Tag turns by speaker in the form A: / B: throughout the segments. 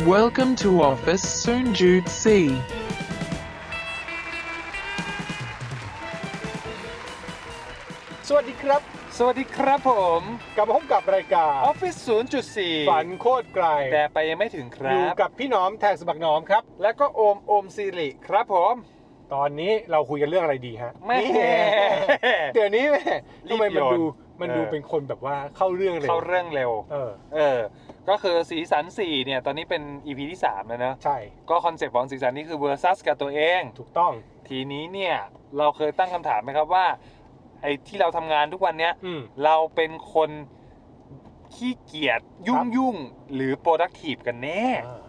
A: Welcome to office soon Jude C.
B: สวัสดีครับ
C: สวัสดีครับผม
B: กลับมาพบกับรายการ
C: ออฟฟิศ0.4
B: ฝันโคตรไกล
C: แต่ไปยังไม่ถึงค
B: อ
C: รั
B: ยู่
C: บ
B: กับพี่หน้อมแทนสมักหน้อมครับ
C: แล้วก็โอมโอมสิริครับผม
B: ตอนนี้เราคุยกันเรื่องอะไรดีฮะ
C: แม่
B: นี่เดี๋ยวนี้แม่
C: รีบ
B: ทำไมมัน
C: โยน
B: ดูมันดู
C: เออ
B: เป็นคนแบบว่าเข้าเรื่องเลย
C: เข้าเรื่องเร็ว
B: เออ
C: เออ ก็คือสีสัน 4 เนี่ย ตอนนี้เป็น EP ที่ 3 แล้วนะ
B: ใช่
C: ก็คอนเซปต์ของสีสันนี่คือเวอร์ซัสกับตัวเอง
B: ถูกต้อง
C: ทีนี้เนี่ย เราเคยตั้งคำถามไหมครับว่า ไอ้ที่เราทำงานทุกวันเนี้ย
B: อืม
C: เราเป็นคนขี้เกียจยุ่
B: ครั
C: ง
B: บ
C: ยุ่งๆหรือ productive กันแน่
B: อ่า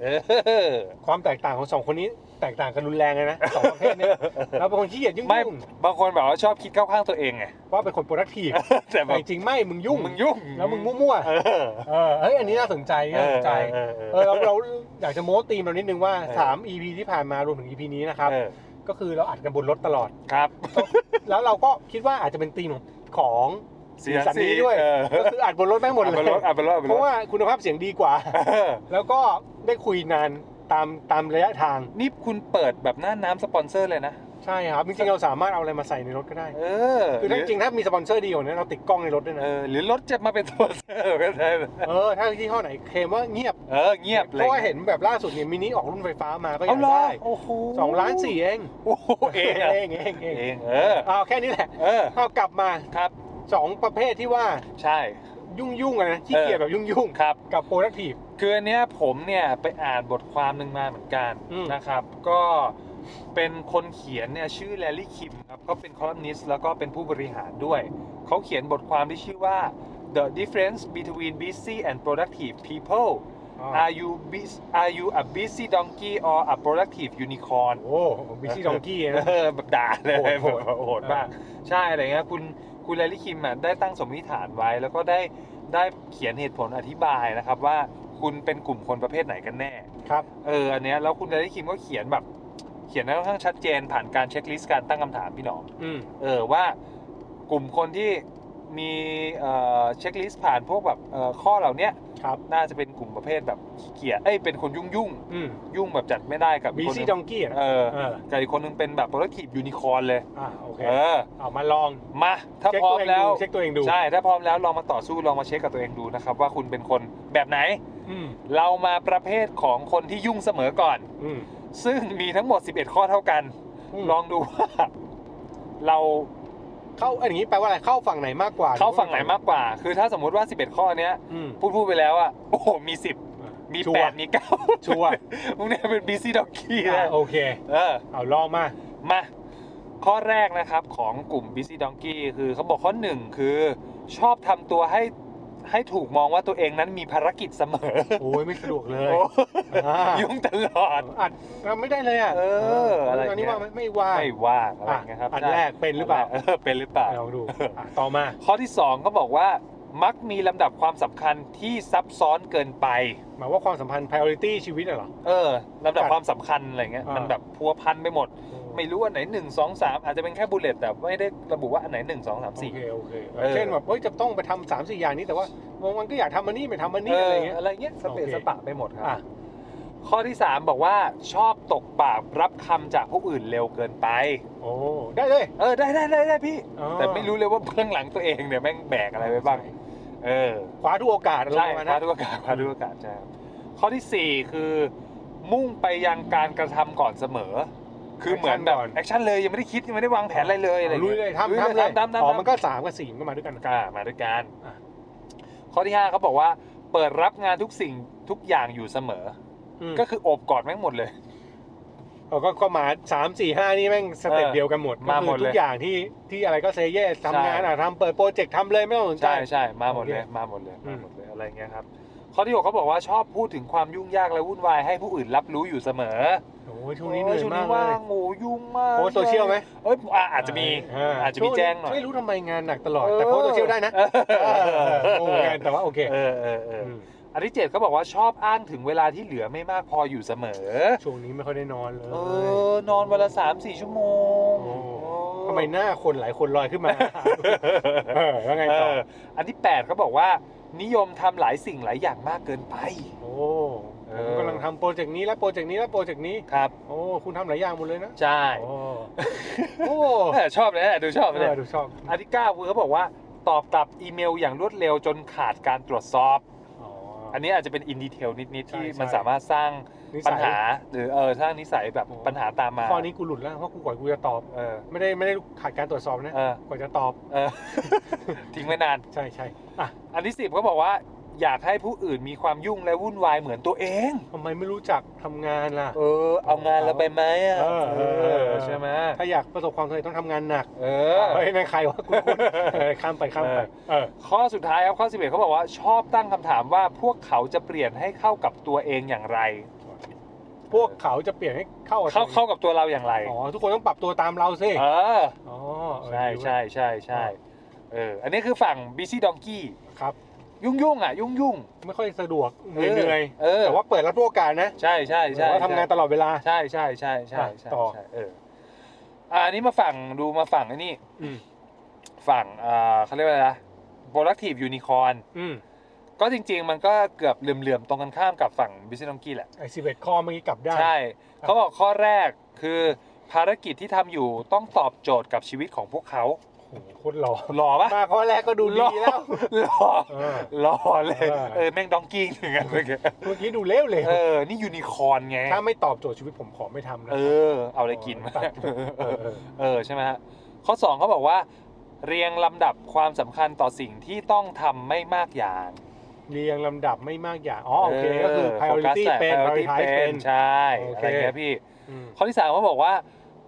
C: เออ
B: ความแตกต่างของสองคนนี้แตกต่างกันรุนแรงเลยนะสองประเภทเนี้ เราเป็นคนขี้เกียจยุ่ง
C: ไม่
B: ยุ่ง
C: บางคนแบบว่าชอบคิดเข้าข้างตัวเองไง
B: ว่าเป็นคน productive
C: แต่แบ
B: แต่
C: บ
B: จริงๆไม่มึงยุ่ง
C: มึงยุ่ง
B: แล้วมึงมั่ว
C: เออ
B: ๆเออเฮ้ยอันนี้น่าสนใจน่าสนใจ
C: เออเออ
B: เอ
C: เอ
B: อ
C: อ
B: เราเราอยากจะโม้ตีมเรานิดนึงว่า
C: เออ
B: 3 EP ที่ผ่านมารวมถึง EP นี้นะครับ
C: เออ
B: ก็คือเราอัดกันบนรถตลอด
C: ครับ
B: แล้วเราก็คิดว่าอาจจะเป็นธีมของสีสันนี้ด้วย
C: เออ
B: ก็คืออัดบนรถแม่งหมดเล
C: เอาไป
B: ย
C: ลดเอาไปลดเอาไป
B: เพ
C: ล
B: ราะ
C: ด
B: ว่าคุณภาพเสียงดีกว่า
C: เออ
B: แล้วก็ได้คุยนานตามตามระยะทาง
C: นี่คุณเปิดแบบหน้าน้ำสปอนเซอร์เลยนะ
B: ใช่ครับ จริงๆเราสามารถเอาอะไรมาใส่ในรถก็ได้
C: เออ
B: คือถ้าจริงๆถ้ามีสปอนเซอร์ดีกว่านี้เราติดกล้องในรถด้วย
C: เอ
B: นะ
C: อหรือรถจะมาเป็นสปอนเซอร์ก็ได้นะ
B: เออถ้าที่ห้อไหนเคลมว่าเงียบ
C: เออเงียบเลย
B: เพราะว่าเห็นแบบล่าสุดเนี่ยมินิออกรุ่นไฟฟ้ามาก็อ
C: เอา
B: ยาก
C: เหรอ
B: ได้
C: โอ้โห
B: สองล้านสี่เอง
C: โอ้โหเองอะ
B: เองเองเอง
C: เองเออ
B: เอาแค่นี้แหละ
C: เออ
B: เอากลับมา
C: ครับ
B: สองประเภทที่ว่า
C: ใช่
B: ยุ่งยุ่งๆอะนะขี้เกียจแบบยุ่งยุ่ง
C: ครับ
B: ๆกับโปรดักที
C: คืออันเนี้ยผมเนี่ยไปอ่านบทความหนึ่งมาเหมือนกัน
B: อืม
C: นะครับ ก็เป็นคนเขียนเนี่ยชื่อแลลี่คิมครับเขาเป็นคอลัมนิสต์แล้วก็เป็นผู้บริหารด้วย เขาเขียนบทความที่ชื่อว่า the difference between busy and productive people
B: อ่า
C: are you bus- are you a busy donkey or a productive unicorn
B: โอ้บิซี่ดองกี้นะ
C: เออแบบด่าเลย
B: โหด
C: โหด
B: โหด
C: โหดมากใช่อะไรเงี้ยคุณคุณแลลี่คิมอ่ะได้ตั้งสมมติฐานไว้ แล้วก็ได้ได้เขียนเหตุผลอธิบายนะครับว่าคุณเป็นกลุ่มคนประเภทไหนกันแน่
B: ครับ
C: เอออันเนี้ยแล้วคุณแลลี่คิมก็เขียนแบบ เขียนได้ค่อนข้างชัดเจนผ่านการเช็คลิสต์การตั้งคำถามพี่หนอม
B: อืม
C: เออว่ากลุ่มคนที่มีเอ่อเช็คลิสต์ผ่านพวกแบบเอ่อข้อเหล่าเนี้ย
B: ครับ
C: น่าจะเป็นกลุ่มประเภทแบบขี้เกียจเอ้ยเป็นคนยุ่งยุ่ง
B: อืม
C: ๆยุ่งแบบจัดไม่ได้กับ
B: บิ
C: อีกคนห
B: ซี่
C: นึ่ง
B: ดองกี้อ่ะ
C: เออ
B: เออ
C: กับอีกคนนึงเป็นแบบโปรตีนยูนิคอร์นเลย
B: อ่าโอเค
C: เออ
B: เอามาลอง
C: มา ถ้า
B: เช็ค
C: พร้อ
B: ตั
C: ม
B: วเอง
C: แล้ว
B: ดูเช็คตัวเองดู
C: ใช่ ถ้าพร้อมแล้วลองมาต่อสู้ลองมาเช็คกับตัวเองดูนะครับ ว่าคุณเป็นคนแบบไหน
B: อืม
C: เรามาประเภทของคนที่ยุ่งเสมอก่อน
B: อืม
C: ซึ่งมีทั้งหมด 11 ข้อเท่ากัน
B: ม
C: ลองดูว่า เรา
B: เข้าอันนี้แปลว่าอะไรเข้าฝั่งไหนมากกว่า
C: เข้าฝั่งไหนมากกว่า คือถ้าสมมุติว่า 11 ข้อเนี้ย
B: อืม
C: พูดพูดไปแล้วอะโอ้โหมี 10 มี
B: ชัวร์
C: 8 มี9
B: ชัวร์
C: พวกเนี้ยเป็นบีซี่ดอกกี้
B: อ่า
C: เลย
B: โอเค
C: เออ
B: เอาลองมา
C: มา ข้อแรกนะครับของกลุ่ม Busy Donkey คือเขาบอกข้อหนึ่งคือชอบทำตัวให้ให้ถูกมองว่าตัวเองนั้นมีภารกิจเสมอ
B: โอ้ยไม่สะดวกเล
C: โอ้
B: ยอ่า
C: ยุ่งตลอด
B: อัดเราไม่ได้เลยอ่ะ
C: เอออะไร
B: นนี้
C: เงี้ย
B: ว่าไม่ไม่ว่า
C: ไม่ว่างอะไร
B: อ่ะ
C: เงี้ยครับ
B: อัน
C: ใช่
B: แรกเป็นหรือเปล่า
C: เออเป็นหรือเปล่า
B: ลองดูอ่ะต่อมา
C: ข้อที่สองเขาบอกว่ามักมีลำดับความสำคัญที่ซับซ้อนเกินไป
B: หมายว่าความสัมพันธ์ priority ชีวิตน่ะเหรอ
C: เออลำดับความสำคัญอะไรเงี้ย
B: อ่ามั
C: มันแบบพัวพันไปหมด ไม่รู้อันไหนหนึ่งสองสามอาจจะเป็นแค่บุลเลตแต่ไม่ได้ระบุว่าอันไหนหนึ่งสองสาม
B: โอ
C: สี่
B: เคโอเค
C: เออ
B: เช่นแบบเฮ้ยจะต้องไปทำสามสี่อย่างนี้แต่ว่าวงวันก็อยากทำอันนี้ไม่ทำอันนี้
C: เอ
B: อะไร
C: อ
B: เงี้ย
C: อะไรเงี้ยสเปซ
B: โอเค
C: สปะไปหมดครั
B: อ่ะ
C: บ ข้อที่ 3 บอกว่าชอบตกปากรับคำจากผู้อื่นเร็วเกินไป
B: โอ้ได้เลย
C: เออได้ได้ได้ได้พี่
B: อ๋อ
C: แต่ไม่รู้เลยว่าเบื้องหลังตัวเองเนี่ยแม่งแบกอะไรไปบ้าง เออ
B: คว้าทุกโอกาสอะไร
C: ใช่
B: ประมาณ
C: พา
B: นั้น
C: ทุกอากาศพาทุกอากาศใช่ครับข้อทีสี่ 4 คือ มุ่งไปยังการกระทำก่อนเสมอ คือเหมือนแบบแอคชั่นเลยยังไม่ได้คิดยังไม่ได้วางแผนอะไรเลยอะไรอาง
B: ลุย
C: งี้
B: เลยทำทำเลย
C: ทำทำ
B: อ๋อ
C: ทำ
B: มันก็สามกับสี่มันก็มาด้วยกัน
C: อ่ามาด้วยกัน
B: อ่ะ
C: ข้อที่5เขาบอกว่า เปิดรับงานทุกสิ่งทุกอย่างอยู่เสมอ
B: ก็
C: ก็คือโอบกอดแม่งหมดเลย
B: เอาก็ก็มาสามสี่ห้านี่แม่งสเต็ป
C: เออ
B: เดียวกันหมด
C: มา
B: ก็คือ
C: หมดเลย
B: ทุกอย่างที่ที่อะไรก็เซเยส
C: ใช่
B: ทำงานอ่ะทำเปิดโปรเจกต์ทำเลยไม่ต้องสนใจ
C: ใช่ใช่มาหมดเลย
B: โอเค
C: มาหมดเลย
B: อื
C: มาม หมดเลยอะไรเงี้ยครับข้อที่หกเขาบอกว่าชอบพูดถึงความยุ่งยากและวุ่นวายให้ผู้อื่นรับรู้อยู่เสมอ
B: โอ้ยช่วงนี้เหนื่อย
C: โช่วง
B: มาก
C: นี้
B: เล
C: ว่าย งโอ้ยุ่งมาก
B: โพสต์โซเชียลไหม
C: เอ้ยอ่ะอาจจะมี อาจจะมีแจ้งหน่อย
B: ไม่รู้ทำไมงานหนักตลอดแต่โพสต์โซเชียลได้นะ
C: เออ
B: เออโอ้งานแต่ว่าโอเค
C: เออเออเออ
B: ม
C: อันที่เจ็ดเขาบอกว่าชอบอ้างถึงเวลาที่เหลือไม่มากพออยู่เสมอ
B: ช่วงนี้ไม่ค่อยได้นอนเลย
C: เออนอนวันละสามสี่ชั่วโมง
B: โอ้
C: โอ้
B: ทำ ไมหน้าคนหลายคนลอยขึ้นมา เออแล้วไง
C: เอ
B: ต่อ
C: ออันที่แปดเขาบอกว่า นิยมทำหลายสิ่งหลายอย่างมากเกินไป
B: โอ้
C: เออ
B: ผมกำลังทำโปรเจกต์นี้และโปรเจกต์นี้และโปรเจกต์นี้
C: ครับ
B: โอ้คุณทำหลายอย่างหมดเลยนะ
C: ใช่
B: โอ้โอ้
C: เออชอบเลยนะดูชอบ
B: เอ
C: เลย
B: อดูชอบ
C: อันที่เก้าคือเขาบอกว่า ตอบกลับอีเมลอย่างรวดเร็วจนขาดการตรวจสอบ
B: อ๋อ
C: อั
B: อั
C: นนี้อาจจะเป็นอินดีเทลนิด ๆ ที่
B: ใช่ใช่
C: มันสามารถสร้าง
B: นิ
C: ปัญ
B: สัย
C: หา หรือเออสร้างนิสัยแบบ
B: โอ้
C: ปัญหาตามมา
B: ข้อนี้กูหลุดแล้วเพราะกูกว่ากูจะตอบ
C: เออ
B: ไม่ได้ไม่ได้ขาดการตรวจสอบนะ
C: เออก
B: ว่าจะตอบ
C: เอ อ ทิ้งไว้นาน
B: ใช่ใช่อ่ะ
C: อันที่สิบเขาบอกว่า อยากให้ผู้อื่นมีความยุ่งและวุ่นวายเหมือนตัวเอง
B: ทำไมไม่รู้จักทำงานล่ะ
C: เออ เอางานเราไปไหมอ่ะ
B: เออเออเออ
C: ใช่ไหม
B: ถ้าอยากประสบความสำเร็จต้องทำงานหนัก
C: เออ
B: เฮ้ยนั่นใครวะกู คุ้นเออข้ามไปข้ามไปเออ
C: ข้อสุดท้ายครับข้อ 11เขาบอกว่าชอบตั้งคำถามว่าพวกเขาจะเปลี่ยนให้เข้ากับตัวเองอย่างไร
B: พวกเขาจะเปลี่ยนให้เข้ากับ
C: เข้าเข้ากับตัวเราอย่างไร
B: อ๋อทุกคนต้องปรับตัวตามเราสิ
C: เออ
B: อ๋อเออ
C: ใช่
B: ดีเว้ย
C: ใช่ใช่ใช่เอออันนี้คือฝั่งบิซี่ดองกี้
B: ครับ
C: ยุ่งยุ่งๆอ่ะ ยุ่งยุ่ง
B: ไม่ค่อยสะดวก
C: ๆ
B: เหนื่อย
C: เอ
B: ๆ
C: อ
B: แต่ว่าเปิดรับทุกโอกาสนะ
C: ใช่ใช่ใช่
B: แต่ว่าทำงานตลอดเวลา
C: ใช่ใช่ใช่ใช่ใช่
B: ต่อ
C: ใช่เอออ่ะอันนี้มาฝั่งดูมาฝั่งอันนี้
B: อืม
C: ฝั่งอ่าเขาเรียกว่าอะไรนะโปรดักทีฟยูนิคอน
B: อืม
C: ก็จริง ๆ มันก็เกือบเหลื่อมๆตรงกันข้ามกับฝั่งบิซี่ดองกี้แหละ
B: ไอ้สิบเอ็ดข้อเมื่อกี้กลับได้
C: ใช่
B: ครับ
C: เขาบอกข้อแรกคือภารกิจที่ทำอยู่ต้องตอบโจทย์กับชีวิตของพวกเขา
B: โอ้โหโคตรหล่อ
C: หล่อปะ
B: มาข้อแรกก็ดูดีแล้ว
C: หล่อ
B: เออ
C: หล่อเลย
B: เออ
C: เออแม่งดองกี้หนึ่งอันเมื่อกี้
B: เมื่อกี้ดูเลวเลย
C: เออ นี่ยูนิคอร์นไง
B: ถ้าไม่ตอบโจทย์ชีวิตผมขอไม่ทำนะ
C: เออ เอาอะไรกินมา
B: ตัดผมเออเออ
C: เออใช่ไหมฮะข้อ 2เขาบอกว่า เรียงลำดับความสำคัญต่อสิ่งที่ต้องทำไม่มากอย่าง
B: เรียงลำดับไม่มากอย่างอ๋อโอเคก็คือ
C: เ
B: priority
C: โฟกัส
B: เป็น
C: แต่
B: prioritize
C: เป็
B: เป็น น
C: ใช่
B: โอเค
C: อะไรเงี้ยพี่
B: อืม
C: ข้อที่สามเขาบอกว่า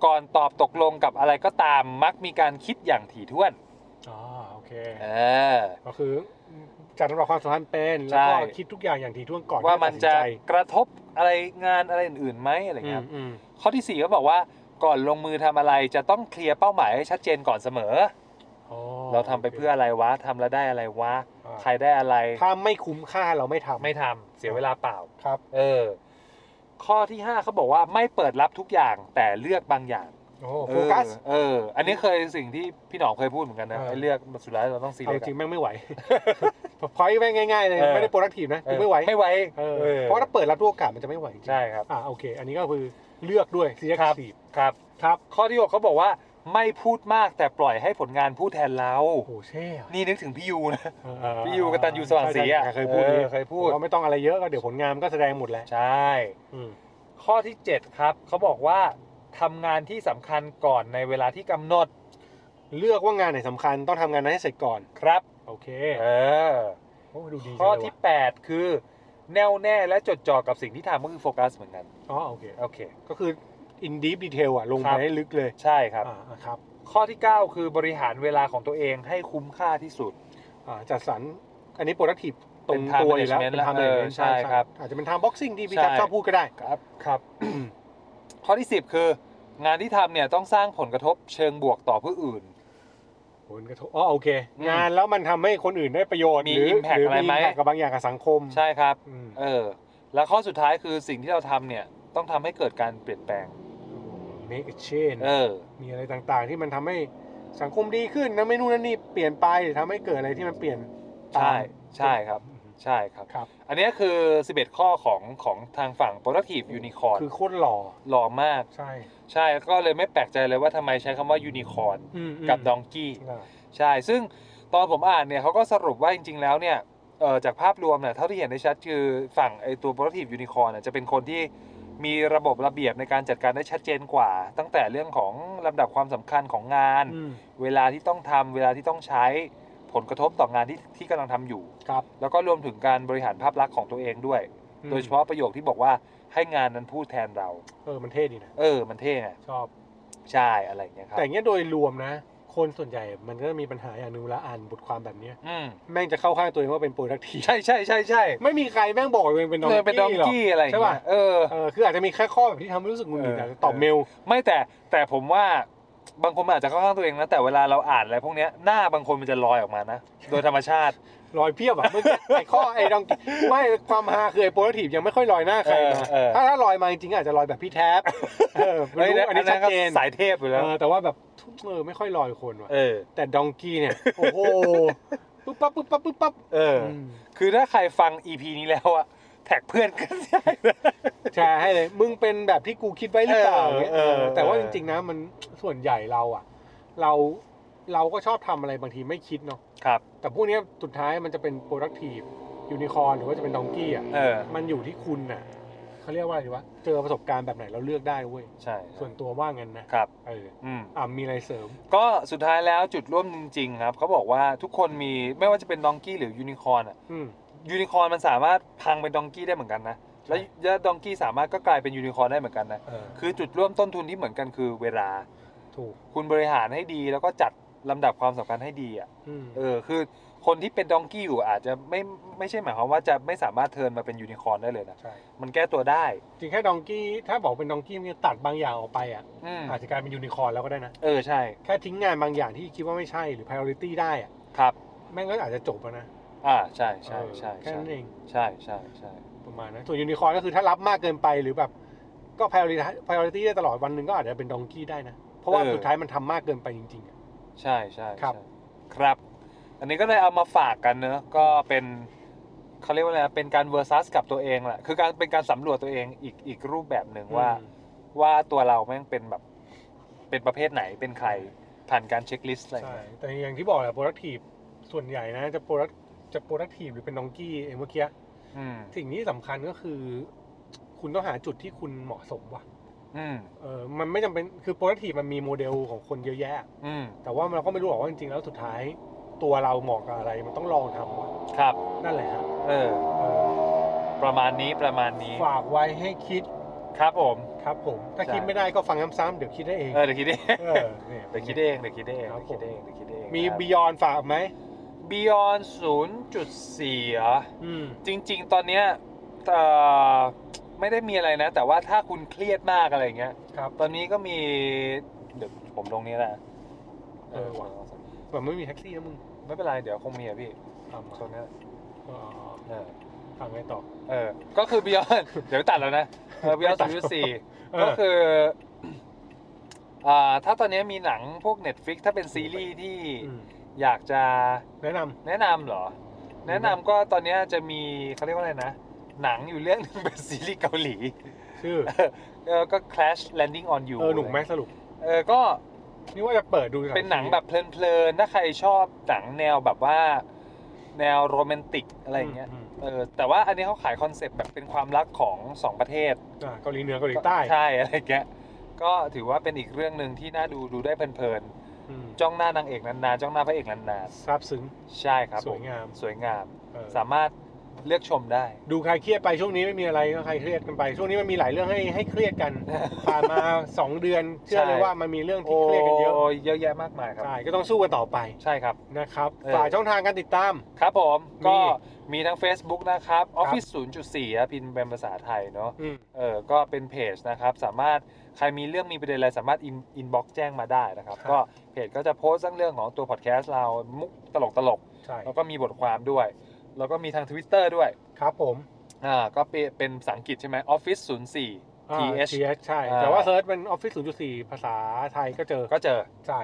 C: ก่อนตอบตกลงกับอะไรก็ตามมักมีการคิดอย่างถี่ถ้วน
B: อ๋อโอเค
C: เออ
B: ก็คือจัดลำดับความสำคัญเป็นแล้วก็
C: ใช่
B: คิดทุกอย่างอย่างถี่ถ้วนก่อน
C: ว่ามันจะ
B: ที่
C: กระทบอะไรงานอะไรอื่นๆไหมอะไร
B: ตัดสินใจ
C: เงี้ย
B: อืมอืม
C: ข้อที่สี่เขาบอกว่าก่อนลงมือทำอะไรจะต้องเคลียร์เป้าหมายให้ชัดเจนก่อนเสมอ
B: อ๋อ
C: เราทำไปเพื่ออะไรวะทำแล้วได้อะไรวะ
B: อ่า
C: ใครได้อะไร
B: ถ้าไม่คุ้มค่าเราไม่ทำ
C: ไม่ทำเสียเวลาเปล่า
B: ครับ
C: เออ ข้อที่ห้าเขาบอกว่าไม่เปิดรับทุกอย่างแต่เลือกบางอย่าง
B: โอ้โฟกัส
C: เออเออ อันนี้เคยสิ่งที่พี่หนอมเคยพูดเหมือนกันนะ
B: เออ
C: ให้เลือกสุดท้ายเราต้องซี
B: เอา
C: เรียส
B: จริง
C: อะ
B: แม่งไม่ไหว พอยต์แม่งง่ายๆเลย
C: เออ
B: ไม่ได้โปรดักทีฟนะคือไม่ไหว
C: ไม่ไหว
B: เออ
C: ออ
B: เพราะถ้าเปิดรับทุกโอกาสมันจะไม่ไหวจริง
C: ใช่ครับ
B: อ่าโอเค อันนี้ก็คือเลือกด้วยซีเรียส
C: ครับ
B: ทีฟ
C: ครับ
B: ครับ
C: ข้อที่หกเขาบอกว่าไม่พูดมากแต่ปล่อยให้ผลงานพูดแทนเรา
B: โอ้โหเช่อะ
C: นี่นึกถึงพี่ยูนะ
B: เออเออ
C: พี่ยูกตันยูสว่างศรีอ่ะ
B: ใช่ๆเคยพูดนี้
C: ออเคยพูด
B: เราไม่ต้องอะไรเยอะก็เดี๋ยวผลงานมันก็แสดงหมดแหละ
C: ใช่
B: อืม
C: ข้อที่ 7 ครับ เขาบอกว่าทำงานที่สำคัญก่อนในเวลาที่กำหนด
B: เลือกว่างานไหนสำคัญต้องทำงานนั้นให้เสร็จก่อน
C: ครับ
B: โอเค
C: เออ
B: โอ้ดูดีจังเลย
C: ข้อ
B: ว่ะ
C: ที่ 8 คือ แน่วแน่และจดจ่อกับสิ่งที่ทำก็คือโฟกัสเหมือนกัน
B: อ๋อโอเค
C: โอเค
B: ก็คือ in deep detail อ่ะ ลง
C: ครั
B: ไป
C: บ
B: ให้ลึกเลย
C: ใช่ครับ
B: อ่าครับ
C: ข้อที่ 9 คือบริหารเวลาของตัวเองให้คุ้มค่าที่สุด
B: อ่าจัดสรรอันนี้ productive ตร
C: เป็
B: ง
C: น time
B: ตัวอยู่แล้ว
C: management
B: เป็น time
C: แล้ว
B: management
C: เออใช่ครับ
B: อาจจะเป็น time boxing ที่พี่
C: ใช่
B: ทับชอบพูดก็ได้
C: ครับ
B: ครับ
C: ข้อที่ 10 คือ งานที่ทำเนี่ยต้องสร้างผลกระทบเชิงบวกต่อผู้อื่น
B: ผลกระทบอ๋อโอเค
C: อืม
B: งานแล้วมันทำให้คนอื่นได้ประโยชน์
C: มี
B: หรือ
C: impact
B: หรือ
C: อะไร
B: มี
C: ไหม
B: impact กับบางอย่างกับสังคม
C: ใช่ครับ
B: อืม
C: เออ แล้วข้อสุดท้ายคือสิ่งที่เราทำเนี่ยต้องทำให้เกิดการเปลี่ยนแปลง
B: โอ้ make a change
C: เออ
B: มีอะไรต่างๆ ที่มันทำให้สังคมดีขึ้นนะไม่นู่นนั่นนี่เปลี่ยนไปหรือทำให้เกิดอะไรที่มันเปลี่ยนตาม
C: ใช่ใช่ครับ ใช่ครับ
B: ครับ
C: อันเนี้ยคือ 11 ข้อของของทางฝั่ง productive unicorn
B: คือโคตรหล่อ
C: หล่อมาก
B: ใช่
C: ใช่ก็เลยไม่แปลกใจเลยว่าทำไมใช้คำว่า unicorn
B: อืม
C: กับ donkey
B: อ่า
C: ใช่ ซึ่งตอนผมอ่านเนี่ยเขาก็สรุปว่าจริง ๆ แล้วเนี่ยเอ่อจากภาพรวมเนี่ยเท่าที่เห็นได้ชัดคือฝั่งไอตัว productive unicorn น่ะจะเป็นคนที่มีระบบระเบียบในการจัดการได้ชัดเจนกว่า ตั้งแต่เรื่องของลำดับความสำคัญของงาน
B: อืม
C: เวลาที่ต้องทำเวลาที่ต้องใช้ผลกระทบต่องานที่ที่กำลังทำอยู่
B: ครับ
C: แล้วก็รวมถึงการบริหารภาพลักษณ์ของตัวเองด้วย โดยเฉพาะประโยคที่บอกว่าให้งานนั้นพูดแทนเรา
B: เออมันเท่ดีนะ
C: เออ มันเท่ไง
B: ชอบ
C: ใช่อะไรอย่างเงี้ยครับ
B: แต่อย่างเงี้ยโดยรวมนะ คนส่วนใหญ่มันก็มีปัญหาอย่างหนึ่งเวลาอ่านบทความแบบเนี้ย
C: อืม
B: แม่งจะเข้าข้างตัวเองว่าเป็นโปรดักที
C: ใช่ใช่ใช่ใช่
B: ไม่มีใครแม่งบอกตัวเอง เป็นดอง
C: เลยเป็นดอง
B: กี้หรอก
C: กี้อะไรอย่าง
B: ใช่
C: เงี้
B: ป่ะ
C: ยเออ
B: เออคืออาจจะมีแค่ข้อแบบที่ทำให้รู้สึกหงุนงิ
C: เอ
B: ด
C: อ
B: อาจจะตอบ
C: เออ
B: เมล
C: ไม่แต่แต่ผมว่าบางคนมันอาจจะเข้าข้างตัวเองนะแต่เวลาเราอ่านอะไรพวกเนี้ยหน้าบางคนมันจะลอยออกมานะ โดยธรรมชาติ
B: ลอยเพียบอ่ะไม่ไอข้อไอ้ดองไม่ความฮาคือไอ้โปรตีฟยังไม่ค่อยลอยหน้าใครมา
C: เออเออ
B: ถ้าถ้าลอยมาจริงๆอาจจะลอยแบบพี่แท็บเออ ไม่รู้อันนี้ชัดเจน
C: สายเทพอยู่แล้ว
B: เออแต่ว่าแบบเออไม่ค่อยลอยคนว่ะ
C: เออ
B: แต่ดองกี้เนี่ยโอ้โหปุ๊บปั๊บปุ๊บปั๊บปุ๊บปั๊บ
C: เอออ
B: ม
C: คือถ้าใครฟัง EP นี้แล้วอะแท็กเพื่อน กันได้นะ
B: แชร์ให้เลยมึงเป็นแบบที่กูคิดไว้หรือเปล่า
C: เออ
B: เนี่ย
C: เออ
B: เออแต่ว่าจริงๆนะมันส่วนใหญ่เราอ่ะ เราเราก็ชอบทำอะไรบางทีไม่คิดเนาะ
C: ครับ
B: แต่พวกเนี้ยสุดท้ายมันจะเป็นโปรดักทีฟยูนิคอร์หรือว่าจะเป็นดองกี้อ่ะ
C: เออ
B: มันอยู่ที่คุณน่ะเขาเรียกว่าอะไรดีวะ เจอประสบการณ์แบบไหนเราเลือกได้เว้ย
C: ใช่
B: ส่วนตัวว่างั้นนะครับ เออ
C: อืม
B: อ่ามีอะไรเสริม
C: ก็สุดท้ายแล้วจุดร่วมจริง ๆ ครับ เขาบอกว่าทุกคนมีไม่ว่าจะเป็นดองกี้หรือยูนิคอร์นอะ
B: อืม
C: ยูนิคอร์นมันสามารถพังเป็นดองกี้ได้เหมือนกันนะ แล้ว
B: ใช่
C: แล้วดองกี้สามารถก็กลายเป็นยูนิคอร์นได้เหมือนกันนะ
B: เออ
C: คือจุดร่วมต้นทุนที่เหมือนกันคือเวลา
B: ถูก
C: คุณบริหารให้ดีแล้วก็จัดลำดับความสำคัญให้ดีอ่ะ
B: อืม
C: เออ คือคนที่เป็นดองกี้อยู่อาจจะไม่ไม่ใช่หมายความว่าจะไม่สามารถเทิร์นมาเป็นยูนิคอร์นได้เลยนะ
B: ใช่
C: มันแก้ตัวได้
B: จริงแค่ดองกี้ ถ้าบอกเป็นดองกี้มันจะตัดบางอย่างออกไปอ่ะ
C: อืม
B: อาจจะกลายเป็นยูนิคอร์นแล้วก็ได้นะ
C: เออ ใช่
B: แค่ทิ้งงานบางอย่างที่คิดว่าไม่ใช่หรือ priority ได้อ่ะ
C: ครับ
B: แม่งก็อาจจะจบแล้วนะ
C: อ่า ใช่ใช่
B: เออ
C: ใช่
B: แค่
C: ใช่
B: นั้นเอง
C: ใช่ใช่ใช่
B: ประมาณนั้น ส่วนยูนิคอร์นก็คือถ้ารับมากเกินไปหรือแบบ ก็ priority priority ได้ตลอดวันหนึ่งก็อาจจะเป็นดองกี้ได้นะ เพราะว่า
C: เออ
B: สุดท้ายมันทำมากเกินไปจริงๆอะ
C: ใช่ใช่
B: ครับ
C: ใช่ครับ อันนี้ก็เลยเอามาฝากกันเนอะก็เป็นเขาเรียกว่าอะไรนะเป็นการ versus กับตัวเองแหละคือการเป็นการสำรวจตัวเองอีกอีกรูปแบบหนึ่งว่า
B: อืม
C: ว่าตัวเราแม่งเป็นแบบ เป็นประเภทไหนเป็นใครผ่านการเช็คลิสต์อะไรอย่าง
B: ใช่
C: เงี้ย
B: แต่อย่างที่บอกแหละ productive ส่วนใหญ่นะ จะ product จะ productive หรือเป็นดองกี้เองเมื่อกี้
C: อืม
B: สิ่งนี้สำคัญก็คือ คุณต้องหาจุดที่คุณเหมาะสมว่ะ
C: อืม
B: เออ มันไม่จำเป็น คือ productive มันมีโมเดลของคนเยอะแยะ
C: อืม
B: แต่ว่าเราก็ไม่รู้หรอกว่าจริงๆ แล้วสุดท้าย ตัวเราเหมาะกับอะไร มันต้องลองทำว่ะ
C: ครับ
B: นั่นแหละฮะ
C: เออ
B: เอ
C: ประมาณนี้ประมาณ
B: อ
C: นี้
B: ฝากไว้ให้คิด
C: ครับผม
B: ครับผม ถ้าคิดไม่ได้ก็ฟังซ้ำๆเดี๋ยวคิดได้เอง
C: เออเดี๋ยวคิดเอง
B: เออนี่ย
C: เดี๋ยวคิดเองเดี๋ยวคิดเอง
B: ครับ
C: เดี๋ยวคิดเองเดี๋ยวคิดเอง
B: มี
C: นะครับ
B: beyond ฝากไหม
C: Beyond 0.4เหรอ
B: อืม
C: จริงๆ ตอนเนี้ยเอ่อไม่ได้มีอะไรนะ แต่ว่าถ้าคุณเครียดมากอะไรเงี้ย
B: ครับ
C: ตอนนี้ก็มีเดี๋ยวผมลงนี้แหละเออ
B: เออว่ะ แบบไม่มีแท็กซี่นะมึง
C: ไม่เป็นไร เดี๋ยวคงมีอะพี่
B: ทำ
C: ตรงนี้แหละ
B: อ๋อ
C: เออ
B: ทำไงต่อ
C: เออ ก็คือ Beyond เดี๋ยวตัดแล้วนะเออ Beyond 0.4
B: เอ
C: ก็
B: อ
C: คือ อ่าถ้าตอนนี้มีหนังพวก Netflix ถ้าเป็นซีรีส์ที่
B: อืม
C: อยากจะ
B: แนะนำ
C: แนะนำเหรอ แนะนำก็ตอนเนี้ยจะมีเขาเรียกว่าอะไรนะ หนังอยู่เรื่องหนึ งเป็นซีรีส์เกาหลี
B: ชื่อ
C: เออก็ Crash Landing on You
B: เออหนุ่มแม็กสรุป
C: เออก็
B: นี่ว่าจะเปิดดู
C: เป็นหนังแบบเพลินๆ ถ้าใครชอบหนังแนวแบบว่า แนวโรแมนติกอะไรอย่างเงี้ย
B: ม
C: เออแต่ว่าอันนี้เขาขายคอนเซปต์แบบเป็นความรักของสองประเทศ
B: อ่าเกาหลีเหนือเกาหลีใต้
C: ใช่อะไรอย่างเงี้ย ก็ถือว่าเป็นอีกเรื่องหนึ่งที่น่าดูดูได้เพลิน
B: อืม
C: ๆ จ้องหน้านางเอกนานๆ จ้องหน้าพระเอกนาน
B: ซาบซึ้ง
C: ๆ ใช่ครับผ
B: สวยงาม
C: สวยงาม
B: เออ
C: สามารถเลือกชมได้
B: ดูใครเครียดไปช่วงนี้ไม่มีอะไรก็ใครเครียดกันไป ช่วงนี้มันมีหลายเรื่องให้ให้เครียดกัน ผ่านมา 2 เดือน เชื่อเลยว่ามันมีเรื่องที่เครียดกันเยอะ
C: โเยอะแยะมากมายครับ
B: ใช่ก็ต้องสู้กันต่อไป
C: ใช่ครับ
B: นะครับ
C: เออ
B: ฝากช่องทางการติดตาม
C: ครับผมก็
B: มี
C: มีทั้ง Facebook นะครับ Office 0.4ครับพิมพ์เป็นภาษาไทยเนาะ
B: อืม
C: เออก็เป็นเพจนะครับ สามารถใครมีเรื่องมีประเด็นอะไรสามารถอินอินบ็อกแจ้งมาได้นะครับ
B: ครับ
C: ก็เพจก็จะโพสต์ทั้งเรื่องของตัวพอดแคสต์เรามุกตลกตลก
B: ใช่
C: แล้วก็มีบทความด้วย แล้วก็มีทาง Twitter ด้วย
B: ครับผม
C: อ่าก็เป็นเป็นภาษาอังกฤษใช่ไหม Office 04
B: อ่า
C: th
B: TH ใช่
C: อ่า
B: แต่ว่าเซิร์ชเป็น Office 0.4 ภาษาไทยก็เจอ
C: ก็เจอ
B: ใช่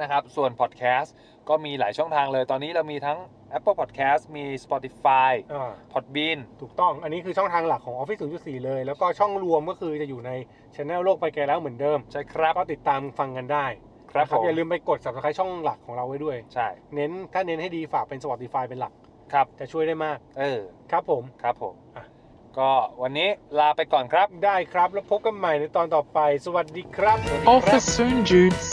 C: นะครับ ส่วนพอดแคสต์ก็มีหลายช่องทางเลย ตอนนี้เรามีทั้ง Apple Podcast มี Spotify
B: อ่า
C: Podbean
B: ถูกต้อง อันนี้คือช่องทางหลักของ Office 0.4 เลย แล้วก็ช่องรวมก็คือจะอยู่ในช anel โลกไปไกลแล้วเหมือนเดิม
C: ใช่ครับ
B: ก็ติดตามฟังกันได้
C: ครับ
B: นะ
C: ผม
B: อย่าลืมไปกด subscribe ช่องหลักของเราไว้ด้วย
C: ใช่
B: เน้นถ้าเน้นให้ดีฝากเป็น Spotify เป็นหลัก
C: ครับ
B: จะช่วยได้มาก
C: เออ
B: ครับผม
C: ครับผม
B: อ่ะ
C: ก็วันนี้ลาไปก่อนครับ
B: ได้ครับ แล้วพบกันใหม่ในตอนต่อไป สวัสดีครับ
A: Office Soon Jude C.